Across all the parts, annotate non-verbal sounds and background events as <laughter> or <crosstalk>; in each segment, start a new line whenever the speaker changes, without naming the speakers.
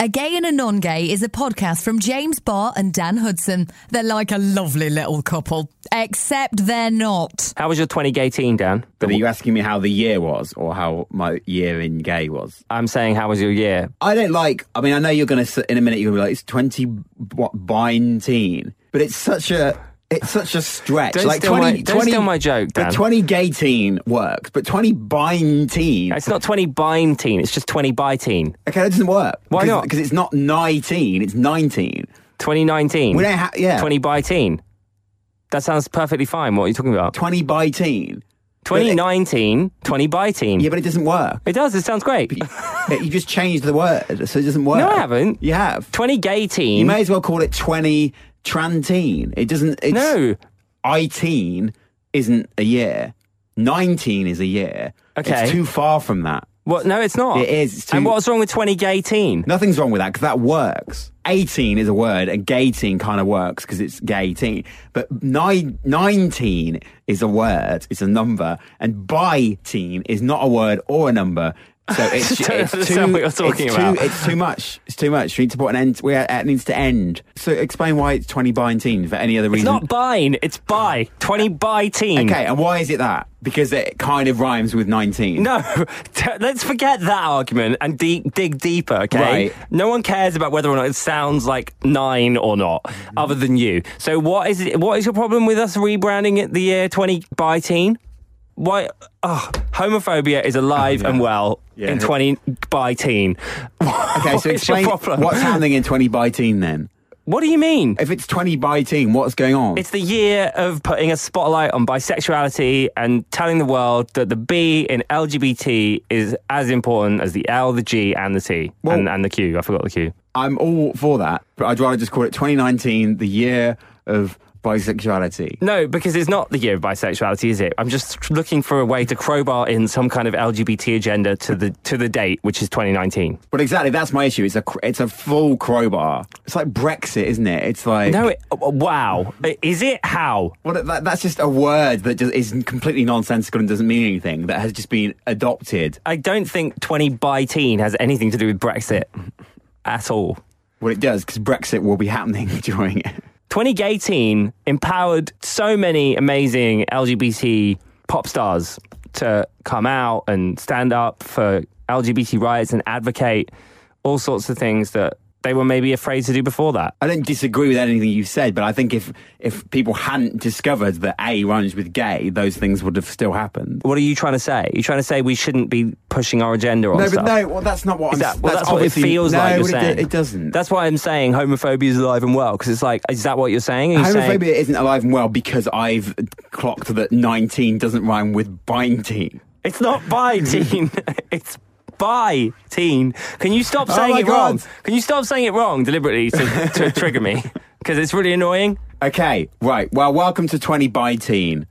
A Gay and a Non Gay is a podcast from James Barr and Dan Hudson. They're like a lovely little couple, except they're not.
How was your 2018, Dan?
But are you asking me how the year was or how my year in gay was?
I'm saying, how was your year?
I don't like, I mean, I know you're going to, in a minute, you're going to be like, it's 20, what, 19. But it's such a, it's such a stretch.
Don't
like
steal
20,
my- don't
20
steal my joke, Dan.
But 20 gay teen works, but 20 bind teen,
It's not 20 by teen, it's just 20 by teen.
okay, that doesn't work.
Why not?
Because it's not 19, it's 19.
2019.
We don't ha- yeah.
20 by teen. That sounds perfectly fine. What are you talking about?
20 by teen.
2019, 20 by teen.
Yeah, but it doesn't <laughs> work.
It does, it sounds great.
It- you just changed the word, so it doesn't work.
No, I haven't.
You have.
20 gay teen.
You may as well call it 20 trantine. It doesn't, it's.
no.
eighteen isn't a year. Nineteen is a year.
Okay.
It's too far from that.
What? No, it's not.
It is, it's
And
too-
what's wrong with 20 gay teen?
Nothing's wrong with that because that works. Eighteen is a word, and gay teen kind of works because it's gay teen. But nine, nineteen is a word, it's a number, and bi teen is not a word or a number.
<laughs>
So it's,
Don't
it's too.
understand what you're talking
it's
about.
Too, it's too much. It's too much. We need to put an end. We, it needs to end. So explain why it's twenty by teen for any other
It's
reason.
not buying, it's by. 20 by teen.
okay, and why is it that? Because it kind of rhymes with nineteen.
No, <laughs> t- let's forget that argument and de- dig deeper, okay?
Right.
No one cares about whether or not it sounds like nine or not,
Mm-hmm.
other than you. So what is it, what is your problem with us rebranding it the year 20 by teen? Why? Oh, homophobia is alive and well
<laughs> Yeah.
in 20 by teen. <laughs>
Okay, so explain
your problem?
what's happening in 20 by teen then.
What do you mean?
If it's 20 by teen, what's going on?
It's the year of putting a spotlight on bisexuality and telling the world that the B in LGBT is as important as the L, the G, and the T.
Well-
and, and the Q. I forgot the Q.
I'm all for that, but I'd rather just call it 2019, the year of bisexuality.
No, because it's not the year of bisexuality, is it? I'm just looking for a way to crowbar in some kind of LGBT agenda to the to the date, which is 2019.
But exactly, that's my issue. It's a cr- it's a full crowbar. It's like Brexit, isn't it? It's like
No, it, oh, <laughs> wow. Is it? How?
What, that, that's just a word that just is completely nonsensical and doesn't mean anything. That has just been adopted.
I don't think 20 by teen has anything to do with Brexit at all.
Well, it does because Brexit will be happening <laughs> during it.
2018 empowered so many amazing LGBT pop stars to come out and stand up for LGBT rights and advocate all sorts of things that they were maybe afraid to do before that.
I don't disagree with anything you've said, but I think if if people hadn't discovered that A runs with gay, those things would have still happened.
What are you trying to say? Are you trying to say we shouldn't be pushing our agenda on
No,
stuff?
but no, well, that's not what
Is
I'm
that, well, that's, what it
obviously-
feels
no,
like you're
but it,
saying.
It doesn't.
That's why I'm saying homophobia is alive and well, because it's like, is that what you're saying? Are you
Homophobia
saying-
isn't alive and well because I've clocked that 19 doesn't rhyme with binding.
It's not
<laughs>
by teen. it's by teen. Can you stop
Oh
saying
my
it wrong?
God.
Can you stop saying it wrong deliberately to,
<laughs>
to trigger me? Because it's really annoying.
Okay, right. Well, welcome to 20
<laughs>
by teen.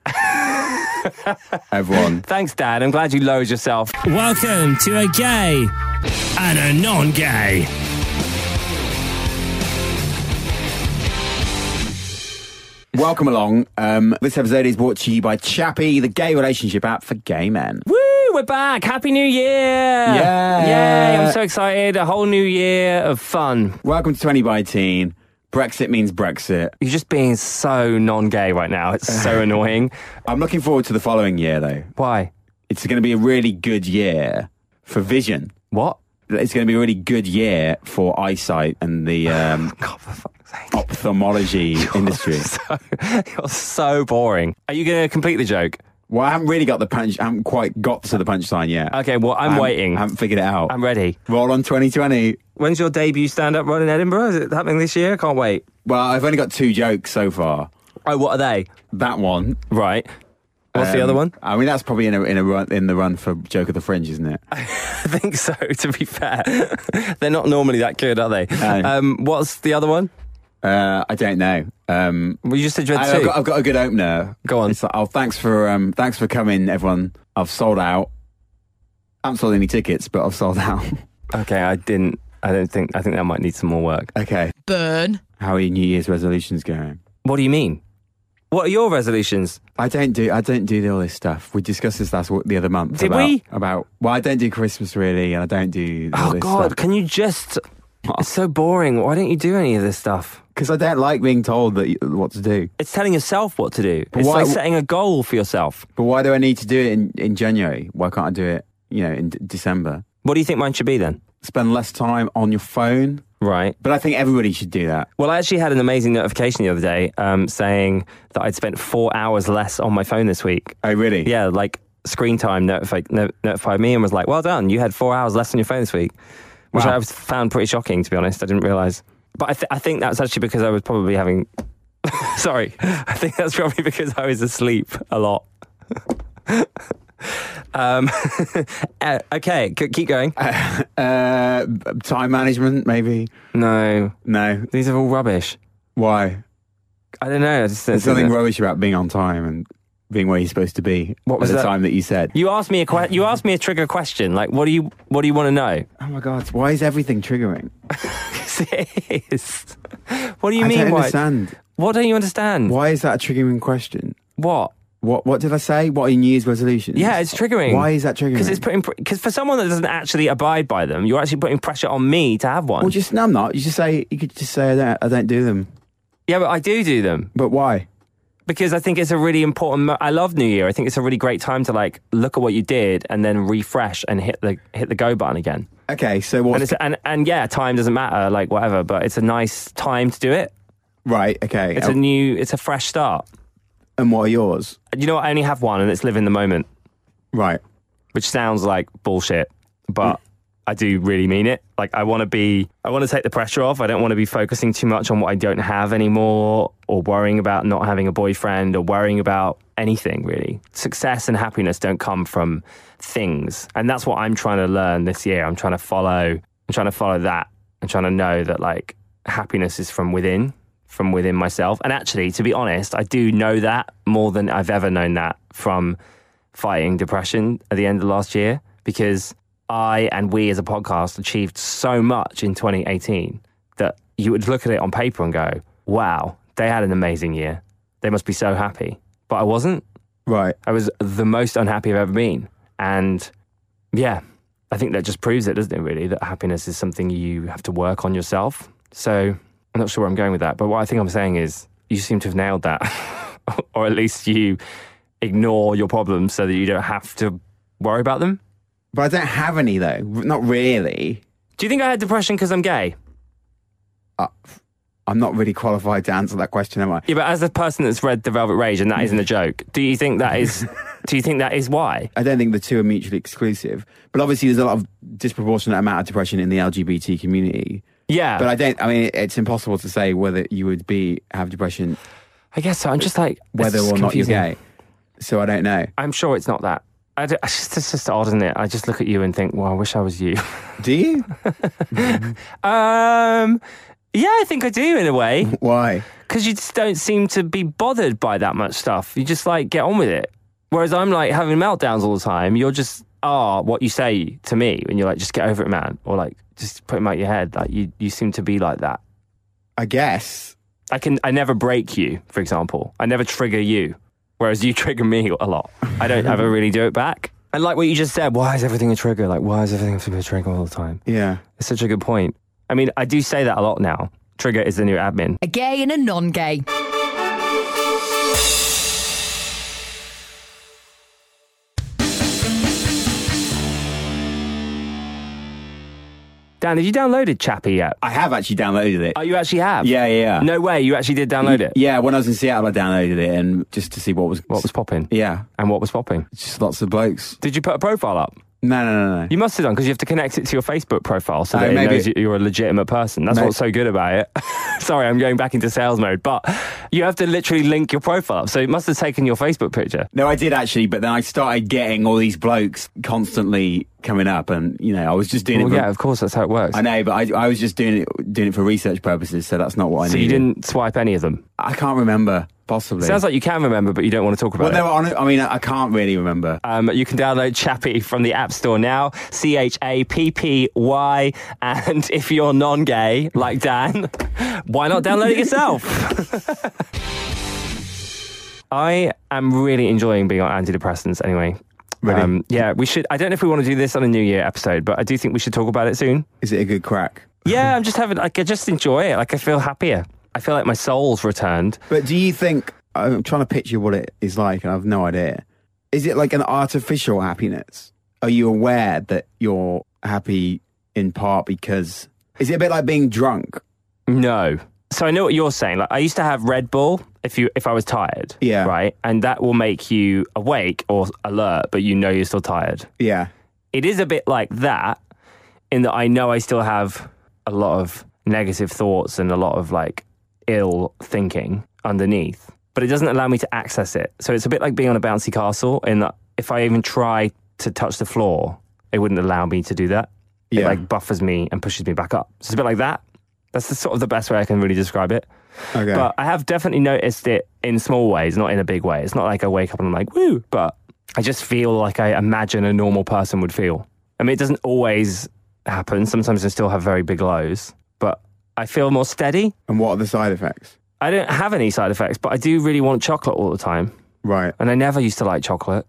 Everyone.
Thanks, Dad. I'm glad you lowered yourself.
Welcome to a gay and a non gay.
Welcome along. Um, this episode is brought to you by Chappie, the gay relationship app for gay men.
Woo! We're back. Happy New Year!
Yeah.
Yay! I'm so excited. A whole new year of fun.
Welcome to 20 by teen. Brexit means Brexit.
You're just being so non-gay right now. It's
<sighs>
so annoying.
I'm looking forward to the following year, though.
Why?
It's going to be a really good year for vision.
What?
It's going to be a really good year for eyesight and
<laughs>
the um,
God, for fuck's sake.
ophthalmology industry.
<laughs> So, you're so boring. Are you going to complete the joke?
Well, I haven't really got the punch. I haven't quite got to the punchline yet.
Okay, well,
I
I'm
haven't-
waiting.
I haven't figured it out.
I'm ready.
Roll on 2020.
When's your debut stand up run in Edinburgh? Is it happening this year? I can't wait.
Well, I've only got two jokes so far.
Oh, what are they?
That one.
Right. What's the
um,
other one? <laughs>
I mean, that's probably in a, in a run in the run for joke of the fringe, isn't it?
I think so, <laughs> to be fair. They're not normally that good, are they?
No.
Um, what's the other one?
Uh, I don't know. Um,
Well, you just said you
I,
had
have
two.
got, I've got a good opener.
Go on.
It's like, oh, thanks for um, thanks for coming, everyone. I've sold out. I haven't sold any tickets, but I've sold out.
Okay, I didn't. I don't think. I think that might need some more work.
<laughs> okay.
Burn.
How are your New Year's resolutions going?
What do you mean? What are your resolutions?
I don't do I don't do all this stuff. We discussed this last the other month.
Did
about,
we?
About well, I don't do Christmas really, and I don't do. All
Oh
this
God,
stuff.
can you just It's so boring. Why don't you do any of this stuff?
Because I don't like being told that you- what to do.
It's telling yourself what to do. It's
why-
like setting a goal for yourself.
But why do I need to do it in, in January? Why can't I do it, you know, in D- December?
What do you think mine should be then?
Spend less time on your phone.
Right.
But I think everybody should do that.
Well, I actually had an amazing notification the other day um, saying that I'd spent four hours less on my phone this week.
Oh, really?
Yeah, like screen time notified, no, notified me and was like, well done, you had four hours less on your phone this week, which
Wow.
I was- found pretty shocking, to be honest. I didn't realize. But I, th- I think that's actually because I was probably having. <laughs> Sorry. <laughs> I think that's probably because I was asleep a lot. <laughs> um, <laughs> uh, okay, c- keep going.
Uh, b- time management, maybe.
No,
No.
these are all rubbish.
Why?
I don't know. I just don't
There's
think
something
that-
rubbish about being on time and being where you're supposed to be
What was
at the
that?
time that you said.
You asked me a que- you asked me a trigger question. Like, what do you what do you want to know? <laughs>
Oh my God! Why is everything triggering?
'Cause it is. What do you
I
mean?
don't
why?
understand.
What don't you understand?
Why is that a triggering question?
What?
What What did I say? What are your New Year's resolutions?
Yeah, it's triggering.
Why is that triggering?
Because it's putting because for someone that doesn't actually abide by them, you're actually putting pressure on me to have one.
Well, just no, I'm not. You just say you could just say I don't, I don't do them.
yeah, but I do do them
But why?
because I think it's a really important. Mo- I love New Year. I think it's a really great time to like look at what you did and then refresh and hit the hit the go button again.
Okay, so
And
what's
it's, and and yeah, time doesn't matter, like whatever. But it's a nice time to do it.
right? Okay,
It's a new, it's a fresh start.
and what are yours?
you know, what, I only have one, and it's live in the moment,
Right.
which sounds like bullshit, but I do really mean it. Like, I want to be, I want to take the pressure off. I don't want to be focusing too much on what I don't have anymore, or worrying about not having a boyfriend, or worrying about anything really. Success and happiness don't come from things, and that's what I'm trying to learn this year. I'm trying to follow, I'm trying to follow that. I'm trying to know that like happiness is from within. From within myself. And actually, to be honest, I do know that more than I've ever known that from fighting depression at the end of last year because I and we as a podcast achieved so much in 2018 that you would look at it on paper and go, wow, they had an amazing year. They must be so happy. But I wasn't.
Right.
I was the most unhappy I've ever been. And yeah, I think that just proves it, doesn't it, really, that happiness is something you have to work on yourself. So I'm not sure where I'm going with that. But what I think I'm saying is you seem to have nailed that, <laughs> or at least you ignore your problems so that you don't have to worry about them.
But I don't have any though. R- Not really.
Do you think I had depression because I'm gay?
I'm not really qualified to answer that question, am I?
Yeah, but as a person that's read The Velvet Rage, and that isn't a joke, do you think that
<laughs>
is? do you think that is why?
I don't think the two are mutually exclusive. But obviously, there's a lot of disproportionate amount of depression in the LGBT community.
Yeah,
But I don't. I mean, it's impossible to say whether you would be have depression
I guess so. I'm just like this
whether
is
or not you're
confusing.
gay. So I don't know.
I'm sure it's not that. I d- it's, just, it's just odd, isn't it? I just look at you and think, well, I wish I was you. <laughs>
Do you?
um, yeah, I think I do in a way
Why?
because you just don't seem to be bothered by that much stuff. You just like get on with it. Whereas I'm like having meltdowns all the time. You're just are what you say to me, and you're like, just get over it, man, or like just put him out your head. Like you, you seem to be like that.
I guess.
I can I never break you, for example. I never trigger you, whereas you <laughs> trigger me a lot. I don't ever really do it back. And like what you just said, why is everything a trigger? Like why is everything a trigger all the time?
Yeah.
It's such a good point. I mean, I do say that a lot now. Trigger is the new admin.
A gay and a non gay.
Dan, have you downloaded Chappie yet?
I have actually downloaded it.
Oh, you actually have.
yeah, yeah. yeah.
No way. You actually did download it.
Yeah, when I was in Seattle, I downloaded it and just to see what was.
What was popping?
yeah,
And what was popping?
just lots of blokes.
Did you put a profile up?
No, no, no, no.
You must have done because you have to connect it to your Facebook profile so
Oh,
that it
maybe-
knows that you're a legitimate person. That's
May-
what's so good about it. <laughs> Sorry, I'm going back into sales mode, but you have to literally link your profile up. So it must have taken your Facebook picture.
No, I did actually, but then I started getting all these blokes constantly coming up, and you know, I was just doing
Well,
it. For,
yeah, of course, that's how it works.
I know, but I, I was just doing it doing it for research purposes, so that's not what I
So you
needed.
didn't swipe any of them.
I can't remember. Possibly.
Sounds like you can remember, but you don't want to talk about
well,
it.
no, hon- I mean, I can't really remember.
Um, you can download Chappie from the App Store now. C H A P P Y. And <laughs> if you're non gay, like Dan, <laughs> why not download it yourself? <laughs> I am really enjoying being on antidepressants anyway. Um,
Really?
yeah, we should. I don't know if we want to do this on a New Year episode, but I do think we should talk about it soon.
Is it a good crack?
Yeah, I'm just having, like, I just enjoy it. Like, I feel happier. I feel like my soul's returned.
But do you think I'm trying to picture what it is like, and I've no idea. Is it like an artificial happiness? Are you aware that you're happy in part because? Is it a bit like being drunk?
No. So I know what you're saying. Like I used to have Red Bull if you if I was tired.
Yeah.
Right. And that will make you awake or alert, but you know you're still tired.
Yeah.
It is a bit like that in that I know I still have a lot of negative thoughts and a lot of like ill thinking underneath, but it doesn't allow me to access it. So it's a bit like being on a bouncy castle in that if I even try to touch the floor, it wouldn't allow me to do that. It
Yeah.
like buffers me and pushes me back up. So it's a bit like that. That's the sort of the best way I can really describe it.
Okay.
But I have definitely noticed it in small ways, not in a big way. It's not like I wake up and I'm like, woo, but I just feel like I imagine a normal person would feel. I mean, it doesn't always happen. Sometimes I still have very big lows, but I feel more steady.
and what are the side effects?
I don't have any side effects, but I do really want chocolate all the time.
Right.
And I never used to like chocolate.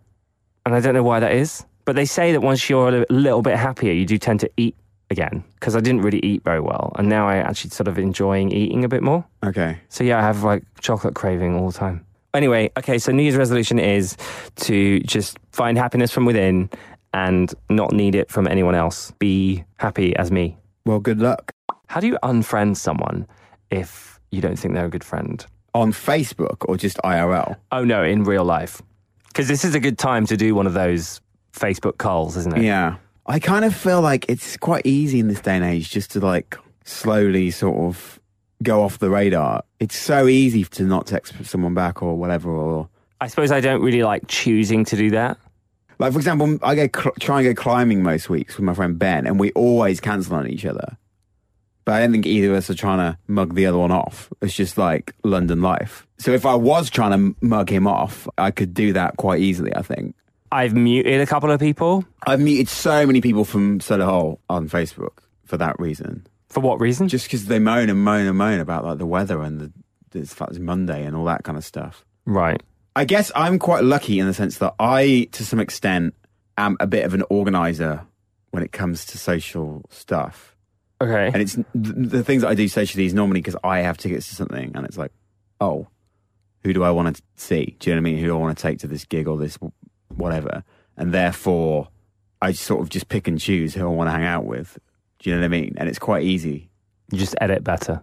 And I don't know why that is. But they say that once you're a li- little bit happier, you do tend to eat again because I didn't really eat very well. And now I actually sort of enjoying eating a bit more.
Okay.
So yeah, I have like chocolate craving all the time. Anyway, okay, so New Year's resolution is to just find happiness from within and not need it from anyone else. Be happy as me.
Well, good luck.
How do you unfriend someone if you don't think they're a good friend?
On Facebook or just IRL?
Oh no, in real life. Because this is a good time to do one of those Facebook calls, isn't it?
Yeah. I kind of feel like it's quite easy in this day and age just to like slowly sort of go off the radar. It's so easy to not text someone back or whatever or
I suppose I don't really like choosing to do that.
like for example, I go cl- try and go climbing most weeks with my friend Ben and we always cancel on each other. But I don't think either of us are trying to mug the other one off. It's just like London life. So if I was trying to m- mug him off, I could do that quite easily, I think.
I've muted a couple of people.
I've muted so many people from Solar Hole on Facebook for that reason.
For what reason?
just because they moan and moan and moan about like the weather and the, the fact it's Monday and all that kind of stuff.
right.
I guess I'm quite lucky in the sense that I, to some extent, am a bit of an organizer when it comes to social stuff.
Okay.
And it's the, the things that I do socially is normally because I have tickets to something, and it's like, oh, who do I want to see? Do you know what I mean? Who do I want to take to this gig or this w- whatever? And therefore, I sort of just pick and choose who I want to hang out with. Do you know what I mean? And it's quite easy.
You just edit better.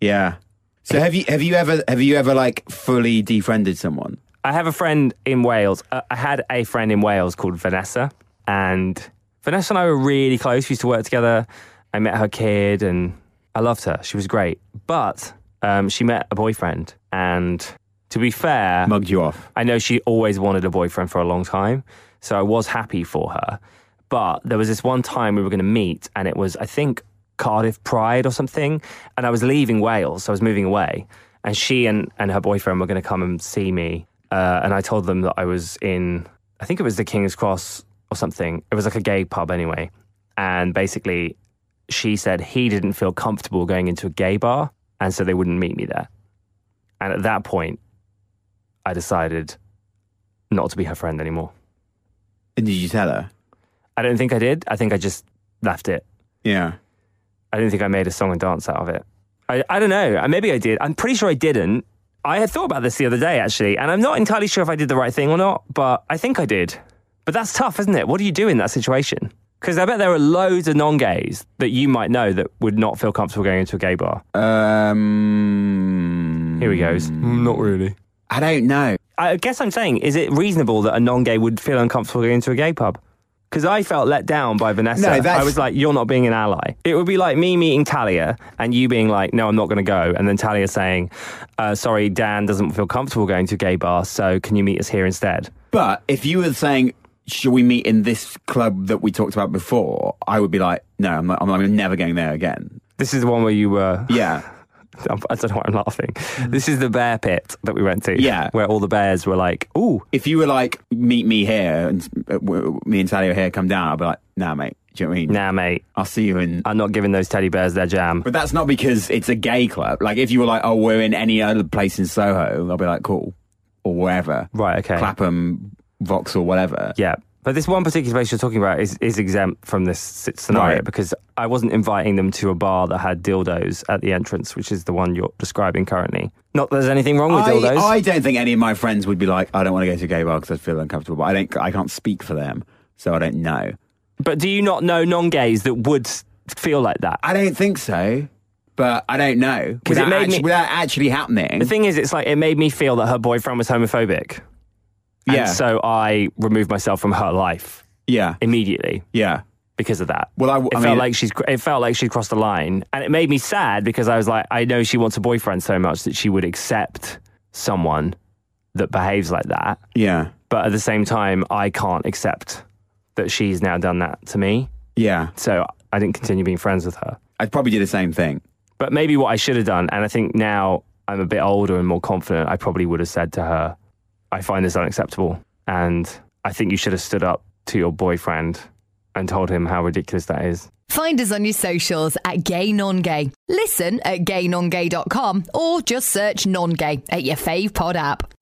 Yeah. So have you have you ever have you ever like fully defriended someone?
I have a friend in Wales. Uh, I had a friend in Wales called Vanessa, and Vanessa and I were really close. We used to work together. I met her kid, and I loved her. She was great, but um, she met a boyfriend, and to be fair,
Mugged you off?
I know she always wanted a boyfriend for a long time, so I was happy for her. But there was this one time we were going to meet, and it was, I think, Cardiff Pride or something. And I was leaving Wales, so I was moving away. And she and, and her boyfriend were going to come and see me. Uh, and I told them that I was in, I think it was the King's Cross or something. It was like a gay pub anyway. And basically, she said he didn't feel comfortable going into a gay bar, and so they wouldn't meet me there. And at that point, I decided not to be her friend anymore.
And did you tell her?
I don't think I did. I think I just left it.
Yeah.
I don't think I made a song and dance out of it. I, I don't know. Uh, Maybe I did. I'm pretty sure I didn't. I had thought about this the other day, actually, and I'm not entirely sure if I did the right thing or not, but I think I did. But that's tough, isn't it? What do you do in that situation? Because I bet there are loads of non gays that you might know that would not feel comfortable going into a gay bar.
Um.
Here he goes. Mm. Not really.
I don't know.
I guess I'm saying, is it reasonable that a non-gay would feel uncomfortable going to a gay pub? Because I felt let down by Vanessa.
No, that's-
I was like, you're not being an ally. It would be like me meeting Talia and you being like, no, I'm not going to go. And then Talia saying, uh, sorry, Dan doesn't feel comfortable going to a gay bar, so can you meet us here instead?
But if you were saying, "Should we meet in this club that we talked about before?" I would be like, "No, I'm not, I'm, I'm never going there again."
This is the one where you were. <laughs>
<laughs> Yeah.
I don't know why I'm laughing. This is the bear pit that we went to.
Mm. Yeah.
Where all the bears were like, ooh,
If you were like, "Meet me here," and uh, w- w- me and Sally are here, come down, I'd be like, "Nah, mate." Do you know what I mean?
nah, mate,
I'll see you in
I'm not giving those teddy bears their jam.
But that's not because it's a gay club. Like if you were like, oh, we're in any other place in Soho, I'll be like, cool, or wherever,
Right, okay.
Clapham, Vauxhall, whatever.
Yeah. But this one particular place you're talking about is, is exempt from this s- scenario
Right.
because I wasn't inviting them to a bar that had dildos at the entrance, which is the one you're describing currently. Not that there's anything wrong with
I,
dildos.
I don't think any of my friends would be like, I don't want to go to a gay bar because I feel uncomfortable. But I don't. I can't speak for them, so I don't know.
But do you not know non gays that would s- feel like that?
I don't think so, but I don't know
'Cause it
without,
made
actu-
me-
without actually happening.
The thing is, it's like it made me feel that her boyfriend was homophobic. And
yeah,
so I removed myself from her life
yeah,
immediately
yeah.
because of that.
Well, I,
It
I
felt
mean,
like she's. It felt like she'd crossed the line, and it made me sad because I was like, I know she wants a boyfriend so much that she would accept someone that behaves like that,
yeah,
but at the same time, I can't accept that she's now done that to me.
yeah.
So I didn't continue being friends with her.
I'd probably do the same thing.
But maybe what I should have done, and I think now I'm a bit older and more confident, I probably would have said to her, I find this unacceptable. And I think you should have stood up to your boyfriend and told him how ridiculous that is.
Find us on your socials at Gay Non Gay. Listen at gaynongay.com or just search Non Gay at your fave pod app.